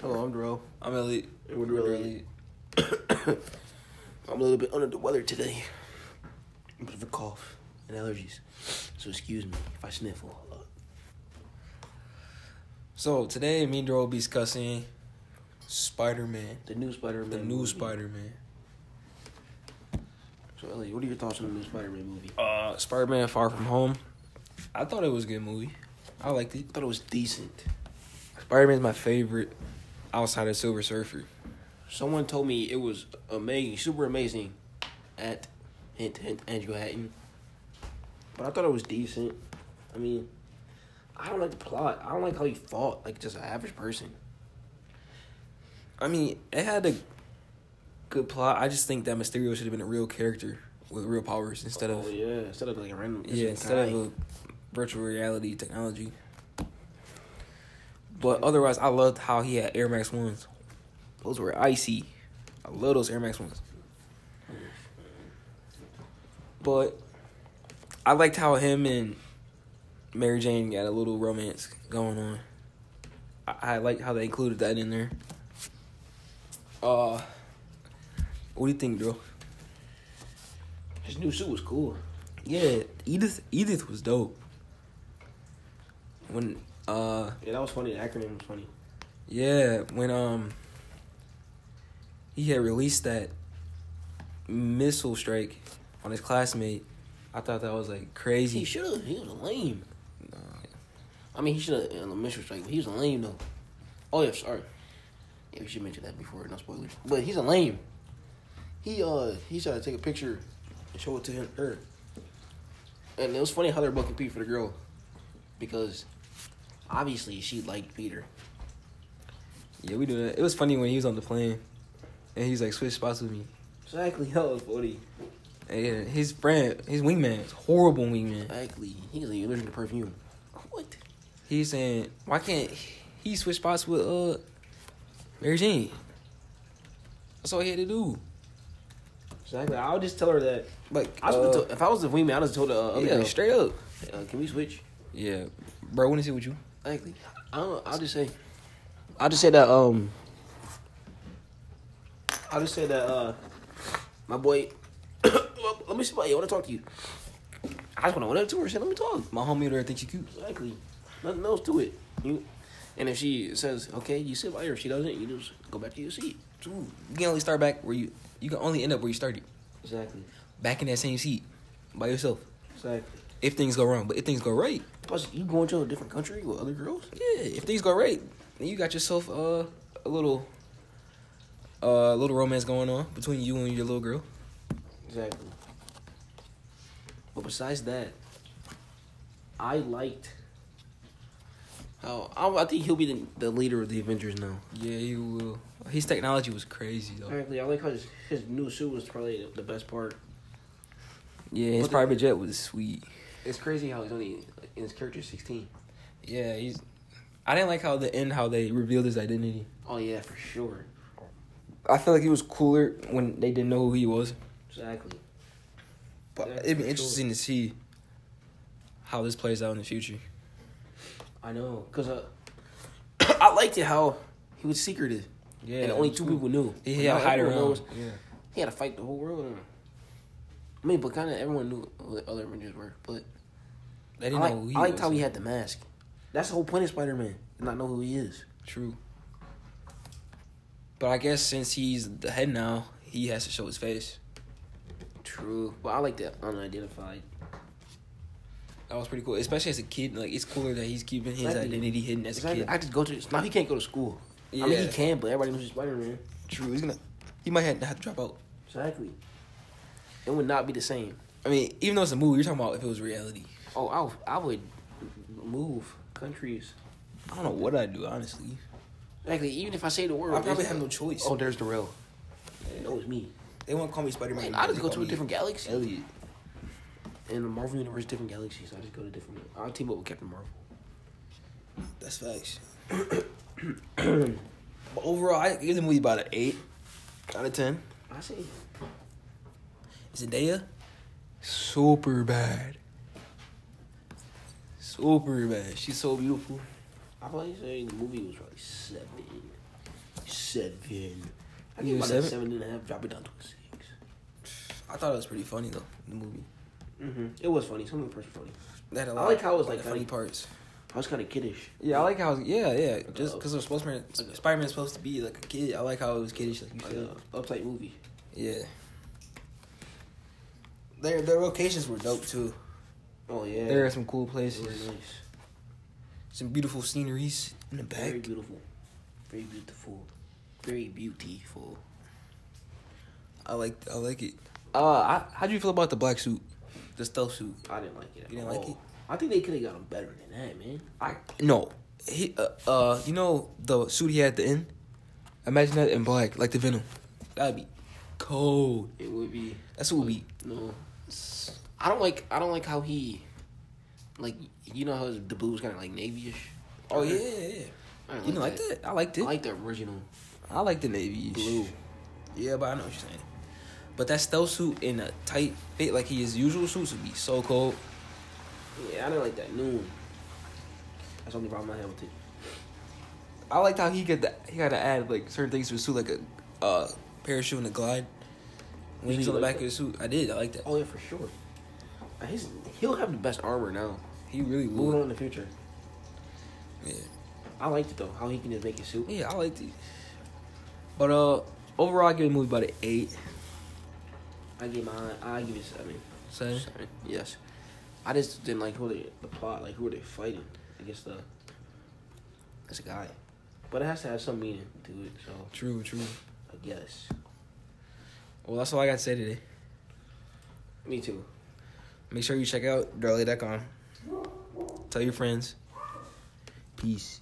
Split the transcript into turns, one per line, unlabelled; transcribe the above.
Hello, I'm Darrell.
I'm Elliot.
We're really- I'm a little bit under the weather today. A bit of a cough and allergies. So excuse me if I sniffle Uh, a lot.
So today, me and Dro will be discussing Spider Man,
The new Spider-Man.
the new
movie.
Spider Man.
So Ellie, what are your thoughts on the new Spider-Man movie? I
Uh, Spider Man Far From Home. I thought it was a good movie. I liked it.
thought it was decent.
Spider Man's my favorite outside of Silver Surfer.
Someone told me it was amazing, super amazing. At hint hint Andrew Hatton. But I thought it was decent. I mean, I don't like the plot. I don't like how he fought like just an average person.
I mean, it had a good plot. I just think that Mysterio should have been a real character with real powers instead
oh,
of
yeah, instead of like a random
yeah, instead of
guy.
a virtual reality technology. But otherwise, I loved how he had Air Max ones. Those were icy. I love those Air Max ones. But I liked how him and Mary Jane got a little romance going on. I, I liked how they included that in there. Uh, what do you think, bro?
his new suit was cool.
Yeah, Edith. Edith was dope. When uh,
Yeah, that was funny. The acronym was funny.
yeah, when um, he had released that missile strike on his classmate, I thought that was like
He
crazy.
should have. He was lame. I mean, he should have in the mission strike, but he was a lame though. Oh yeah, sorry. Yeah, we should mention that before. No spoilers. But he's a lame. He uh, he tried to take a picture and show it to him her. And it was funny how they're bucking Pete for the girl, because obviously she liked Peter.
Yeah, we do that. It was funny when he was on the plane, and he was like switch spots with me.
Exactly, that was funny.
And yeah, his friend, his wingman, is horrible wingman.
Exactly, he's an illusion to perfume. What?
He's saying, why can't he switch spots with uh Mary Jane? That's all he had to do.
Exactly. I would just tell her that.
Like
I
uh,
would tell if I was the wingman, I would just told the uh, other
yeah,
girl,
straight up.
uh, "Can we switch?"
Yeah, bro. I want to sit with you.
Likely. I don't, I'll just say. I'll just say that. Um. I'll just say that. Uh, my boy. let me see. Buddy, I want to talk to you. I just want to went up to her and said, "Let me talk."
My homie there thinks you cute.
Likely. Nothing else to it. You. And if she says, "Okay," you sit by her. If she doesn't, you just go back to your seat.
Ooh, you can only start back where you. You can only end up where you started,
Exactly.
back in that same seat, by yourself.
Exactly.
If things go wrong, but if things go right,
Plus, you going to a different country with other girls?
yeah. If things go right, then you got yourself uh, a little, uh, little romance going on between you and your little girl.
Exactly. But besides that, I liked how I, I think he'll be the, the leader of the Avengers now.
Yeah, you will. His technology was crazy though.
Exactly. I like how his, his new suit was probably the, the best part.
Yeah,
What
his
the-
private jet was sweet.
It's crazy how he's only in his character sixteen.
Yeah, he's. I didn't like how the end how they revealed his identity.
Oh yeah, for sure.
I feel like it was cooler when they didn't know who he was.
Exactly.
But
Yeah,
it'd
for
be
sure.
interesting to see how this plays out in the future.
I know, cause uh, I liked it how he was secretive
Yeah,
and only two people knew.
Yeah,
Like,
yeah,
not
hide
everyone
around.
knows.
Yeah,
He had to fight the whole world. and- I mean, but kind of everyone knew who the other Avengers were, but.
they didn't
I, like,
know who he
I liked
was.
how he had the mask. That's the whole point of Spider Man. Not know who he is.
True. But I guess since he's the head now, he has to show his face.
True. But I like the unidentified.
That was pretty cool, especially as a kid. Like it's cooler that he's keeping his
Exactly.
identity hidden as
Exactly.
a kid.
I just go to now he can't go to school. I mean he
Yeah.
can, but everybody knows he's Spider Man.
True, he's gonna. He might have to drop out.
Exactly. It would not be the same.
I mean, even though it's a movie, you're talking about if it was reality.
Oh, I would- I would move countries.
I don't know what I'd do, honestly.
Exactly. Even if I say the word,
I probably
it's-
have no choice.
Oh, there's the rail. They know it's me.
They won't call me Spider Man.
Man, I just go to a different galaxy.
Elliot.
In the Marvel universe, different galaxies. I just go to different. I'll team up with Captain Marvel.
That's facts. but overall, I give the movie about an eight out of ten.
I see.
Zendaya, super bad. Super bad. She's so beautiful.
I probably say the movie was probably seven. Seven. I give
You
it about a
seven?
seven and a half, drop it down to a six.
I thought it was pretty funny though. The movie.
Mm-hmm. It was funny. Some of the parts were funny.
They had a
I
lot
like how it was,
a lot
like,
of funny
kinda-
parts.
I was kind of kiddish.
Yeah, I like how. Yeah, yeah. Just
Uh,
because they're supposed to, Spider Man's supposed to be like a kid. I like how it was kiddish, like you
Like
said.
a uptight movie.
Yeah. Their their locations were dope too.
Oh yeah.
There are some cool
They
places,
were nice.
some beautiful sceneries in the back.
Very beautiful. Very beautiful. Very beautiful.
I like I like it. Uh, I, how do you feel about the black suit, the stealth suit?
I didn't like it. At
You didn't
all.
like it?
I think they could have got him better than that, man.
I no, he uh, uh you know the suit he had at the end. Imagine that in black, like the Venom. That'd be cold.
It would be
That suit would be.
no. I don't like. I don't like how he, like you know how his, the blue was kind of like navy-ish.
Oh yeah, yeah. yeah.
I didn't
You didn't like that? I liked
I
it.
like the original
I like the navy
blue.
Yeah, but I know what you're saying. But that stealth suit in a tight fit, like his usual suits, would be so cold.
Yeah, I didn't like that new one. That's the only problem I have with it.
I liked how he got the, he got to add like certain things to his suit, like a uh, parachute and a glide. When he was
You
on the
like
back of
that?
his suit, I did. I like that.
Oh yeah, for sure. Uh, His he'll have the best armor now.
He really
Moving on
would.
in the future.
Yeah,
I liked it though. How he can just make his suit.
yeah, I liked it. But uh, overall, I give the movie about an eight.
I give my I give it seven.
Seven.
Seven. Yes. I just didn't like who they the plot. Like who are they fighting? I guess the it's a guy, but it has to have some meaning to it. So
True, true.
I guess
Well, that's all I got to say today.
me too.
Make sure you check out Darley.com. Tell your friends. Peace.